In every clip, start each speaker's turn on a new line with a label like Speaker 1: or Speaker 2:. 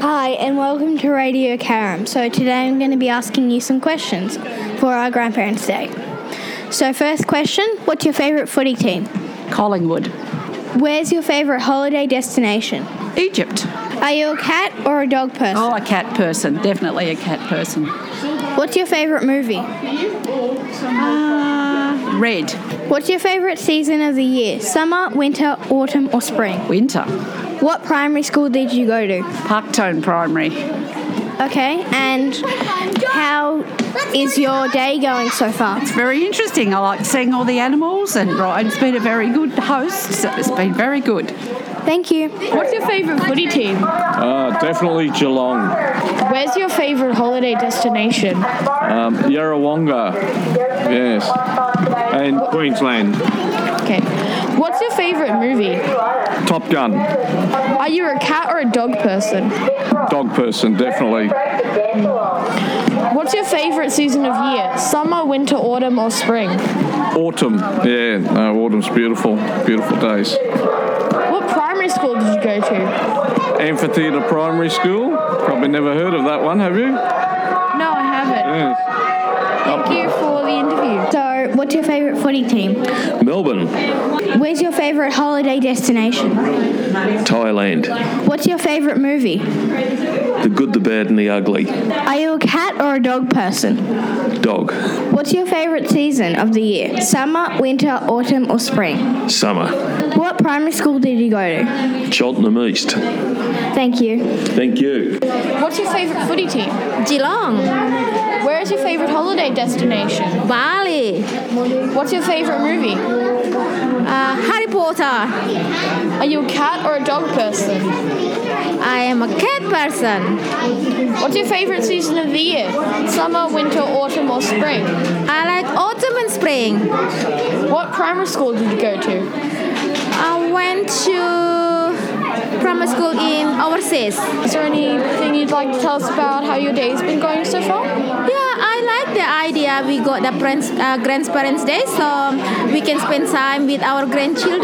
Speaker 1: Hi, and welcome to Radio Karam. So, today I'm going to be asking you some questions for our Grandparents' Day. So, first question What's your favourite footy team?
Speaker 2: Collingwood.
Speaker 1: Where's your favourite holiday destination?
Speaker 2: Egypt.
Speaker 1: Are you a cat or a dog person?
Speaker 2: Oh, a cat person. Definitely a cat person.
Speaker 1: What's your favourite movie?
Speaker 2: Uh, red.
Speaker 1: What's your favourite season of the year? Summer, winter, autumn, or spring?
Speaker 2: Winter.
Speaker 1: What primary school did you go to?
Speaker 2: Parktone Primary.
Speaker 1: Okay, and how is your day going so far?
Speaker 2: Very interesting. I like seeing all the animals, and Ryan's been a very good host. So it's been very good.
Speaker 1: Thank you.
Speaker 3: What's your favourite footy team?
Speaker 4: Uh, definitely Geelong.
Speaker 3: Where's your favourite holiday destination?
Speaker 4: Um, Yarrawonga. Yes. And Queensland.
Speaker 3: Okay. What's your favourite movie?
Speaker 4: Top Gun.
Speaker 3: Are you a cat or a dog person?
Speaker 4: Dog person, definitely.
Speaker 3: What's your favourite season of year? Summer, winter, autumn, or spring?
Speaker 4: Autumn. Yeah, no, autumn's beautiful. Beautiful days.
Speaker 3: What primary school did you go to?
Speaker 4: Amphitheatre Primary School. Probably never heard of that one, have you?
Speaker 3: No, I haven't.
Speaker 4: Yes.
Speaker 3: Thank you for the interview.
Speaker 1: So, what's your favourite footy team?
Speaker 5: Melbourne,
Speaker 1: Where's your favourite holiday destination?
Speaker 5: Thailand.
Speaker 1: What's your favourite movie?
Speaker 5: The good, the bad, and the ugly.
Speaker 1: Are you a cat or a dog person?
Speaker 5: Dog.
Speaker 1: What's your favourite season of the year? Summer, winter, autumn, or spring?
Speaker 5: Summer.
Speaker 1: What primary school did you go to?
Speaker 5: Cheltenham East.
Speaker 1: Thank you.
Speaker 5: Thank you.
Speaker 3: What's your favourite footy team?
Speaker 6: Geelong,
Speaker 3: Where is your favourite holiday destination?
Speaker 6: Bali,
Speaker 3: What's your favourite movie?
Speaker 6: uh, Harry Potter.
Speaker 3: Are you a cat or a dog person?
Speaker 6: I am a cat person.
Speaker 3: What's your favourite season of the year? Summer, winter, autumn, or spring?
Speaker 6: I like autumn and spring.
Speaker 3: What primary school did you go to?
Speaker 6: I went to primary school in overseas.
Speaker 3: Is there anything you'd like to tell us about how your day's been going so far?
Speaker 6: Yeah, I like the idea. We got the parents, uh, grandparents' day, so we can spend time with our grandchildren.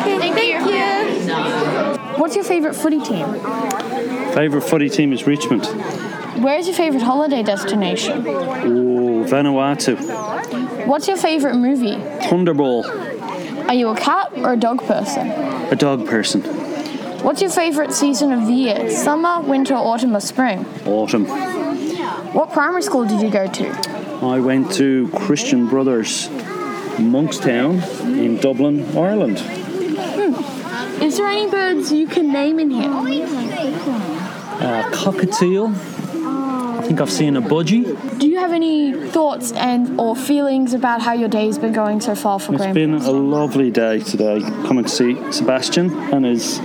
Speaker 6: Okay, thank, you.
Speaker 3: What's your favourite footy team?
Speaker 7: Favourite footy team is Richmond.
Speaker 3: Where's your favourite holiday destination?
Speaker 7: Ooh, Vanuatu.
Speaker 3: What's your favourite movie?
Speaker 7: Thunderball.
Speaker 3: Are you a cat or a dog person?
Speaker 7: A dog person.
Speaker 3: What's your favourite season of the year? Summer, winter, autumn, or spring?
Speaker 7: Autumn.
Speaker 3: What primary school did you go to?
Speaker 7: I went to Christian Brothers Monkstown in Dublin, Ireland.
Speaker 3: Is there any birds you can name in here?
Speaker 7: Uh, cockatiel. I think I've seen a budgie.
Speaker 3: Do you have any thoughts and or feelings about how your day's been going so far for
Speaker 7: It's
Speaker 3: Graham?
Speaker 7: been a lovely day today. Coming to see Sebastian and his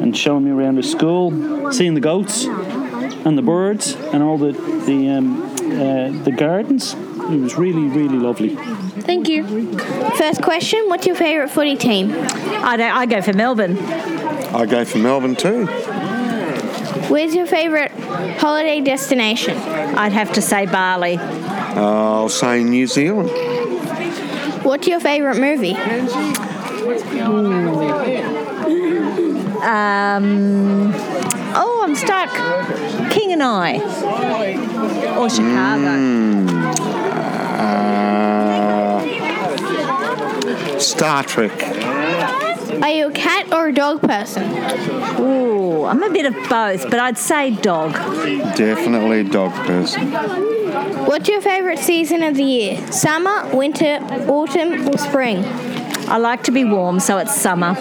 Speaker 7: and showing me around his school, seeing the goats and the birds and all the the um, uh, the gardens. It was really really lovely.
Speaker 3: Thank you.
Speaker 1: First question What's your favourite footy team?
Speaker 8: I don't. I go for Melbourne.
Speaker 9: I go for Melbourne too.
Speaker 1: Where's your favourite holiday destination?
Speaker 8: I'd have to say Bali.
Speaker 9: I'll say New Zealand.
Speaker 1: What's your favourite movie? Um,
Speaker 8: Oh, I'm stuck. King and I, or Chicago.
Speaker 9: Hmm. Uh, Star Trek.
Speaker 1: Are you a cat or a dog person?
Speaker 8: Ooh, I'm a bit of both, but I'd say dog.
Speaker 9: Definitely dog person.
Speaker 1: What's your favourite season of the year? Summer, winter, autumn, or spring?
Speaker 8: I like to be warm, so it's summer.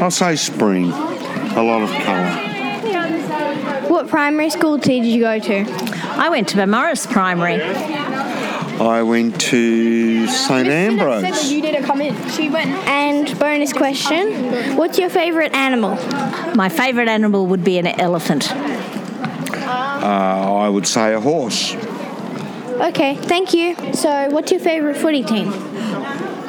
Speaker 9: I'll say spring. A lot of colour.
Speaker 1: What primary school did you go to?
Speaker 8: I went to Morris Primary.
Speaker 9: I went to St Ambrose.
Speaker 1: You didn't come in. She went. And bonus question What's your favourite animal?
Speaker 8: My favourite animal would be an elephant.
Speaker 9: Uh, I would say a horse.
Speaker 1: Okay, thank you. So, what's your favourite footy team?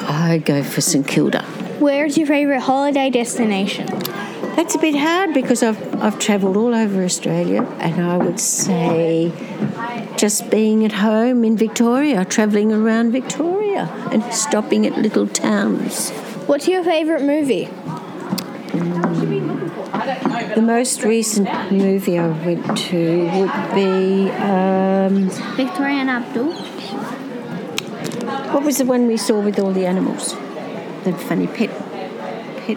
Speaker 10: I go for St Kilda.
Speaker 1: Where's your favourite holiday destination?
Speaker 10: That's a bit hard because I've I've travelled all over Australia, and I would say just being at home in Victoria, travelling around Victoria, and stopping at little towns.
Speaker 1: What's your favourite movie?
Speaker 10: The most recent movie I went to would be um,
Speaker 6: Victoria and Abdul.
Speaker 10: what was the one we saw with all the animals? The funny pet pet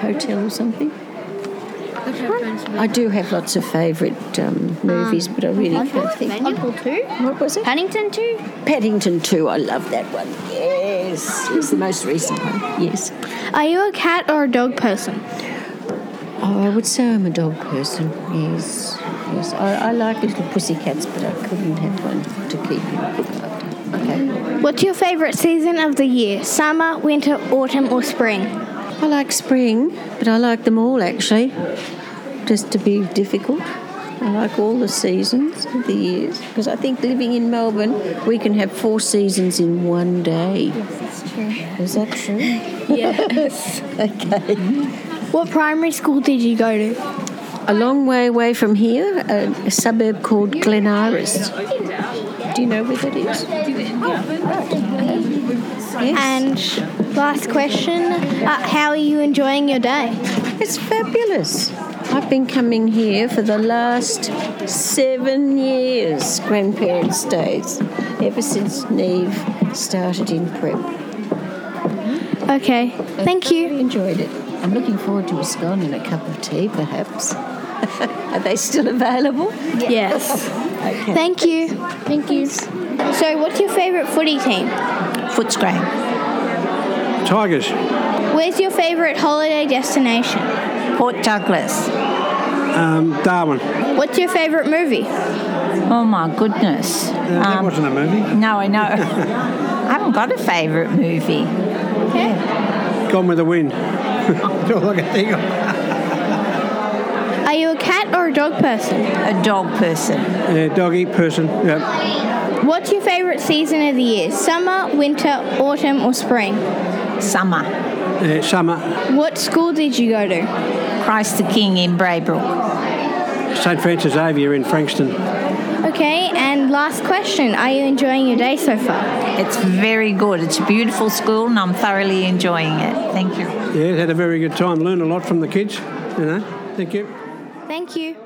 Speaker 10: hotel or something. I do have lots of favourite um, movies, but I really can't think.
Speaker 1: Oddball 2?
Speaker 10: What was it?
Speaker 1: Paddington 2?
Speaker 10: Paddington 2. I love that one. Yes. It's the most recent one. Yes.
Speaker 1: Are you a cat or a dog person?
Speaker 10: Oh, I would say I'm a dog person. Yes. Yes. I, I like little pussycats, but I couldn't have one to keep and look after. Okay.
Speaker 1: What's your favourite season of the year? Summer, winter, autumn, or spring?
Speaker 10: I like spring, but I like them all actually. Just to be difficult. I like all the seasons of the years because I think living in Melbourne, we can have four seasons in one day. Yes, that's true. Is that true?
Speaker 1: What primary school did you go to?
Speaker 10: a long way away from here, a, a suburb called Glen Iris. Do you know where that is? Yes.
Speaker 1: And last question uh, How are you enjoying your day?
Speaker 10: It's fabulous. I've been coming here for the last seven years, grandparents' days, ever since Neve started in prep.
Speaker 1: Okay, thank
Speaker 10: I
Speaker 1: you.
Speaker 10: enjoyed it. I'm looking forward to a scone and a cup of tea, perhaps. Are they still available?
Speaker 1: Yes. Thank you. Thank you. So, what's your favourite footy team?
Speaker 10: Footscray.
Speaker 11: Tigers.
Speaker 1: Where's your favourite holiday destination?
Speaker 2: Port Douglas.
Speaker 11: Um, Darwin.
Speaker 1: What's your favourite movie?
Speaker 2: Oh my goodness. Um,
Speaker 11: Uh, that wasn't a movie.
Speaker 2: No, I know. I haven't got a favourite movie.
Speaker 11: Gone with the Wind. That's all I can think of.
Speaker 1: Are you a cat or a dog person?
Speaker 2: A dog person.
Speaker 11: Yeah, dog eat person. Yep.
Speaker 1: What's your favourite season of the year? Summer, winter, autumn, or spring?
Speaker 2: Summer.
Speaker 11: Uh, summer.
Speaker 1: What school did you go to?
Speaker 2: Christ the King in Braybrook.
Speaker 11: St Francis Xavier in Frankston.
Speaker 1: Okay, and last question Are you enjoying your day so far?
Speaker 2: It's very good. It's a beautiful school and I'm thoroughly enjoying it. Thank you.
Speaker 11: Yeah, had a very good time. Learned a lot from the kids. You know. Thank you.
Speaker 1: Thank you.